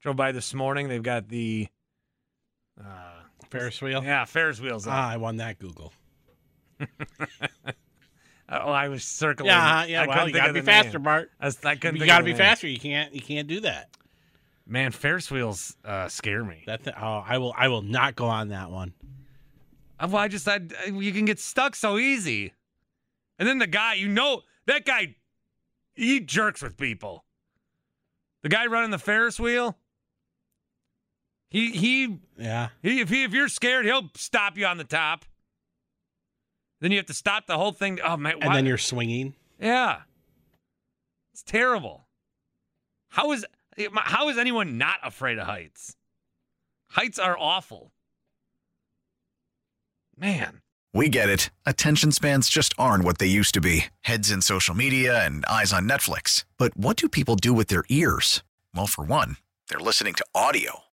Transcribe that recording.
Drove by this morning. They've got the uh, Ferris wheel. yeah Ferris wheels. up. Ah, I won that Google. oh, I was circling. Uh-huh. Yeah, uh-huh. I yeah. Well, couldn't you think gotta of be the name. faster, Bart. I, was, I couldn't. think You of gotta the name. be faster. You can't. You can't do that. Man, Ferris wheels uh, scare me. That. Th- oh, I will. I will not go on that one. Uh, Well, I just I, I- you can get stuck so easy, and then the guy, you know, that guy, he jerks with people. The guy running the Ferris wheel. He he Yeah. He, if he, if you're scared, he'll stop you on the top. Then you have to stop the whole thing. Oh man! And why- then you're swinging. yeah, it's terrible. How is how is anyone not afraid of heights? Heights are awful. Man, We get it. Attention spans just aren't what they used to be heads in social media and eyes on Netflix. But what do people do with their ears? Well, for one, they're listening to audio.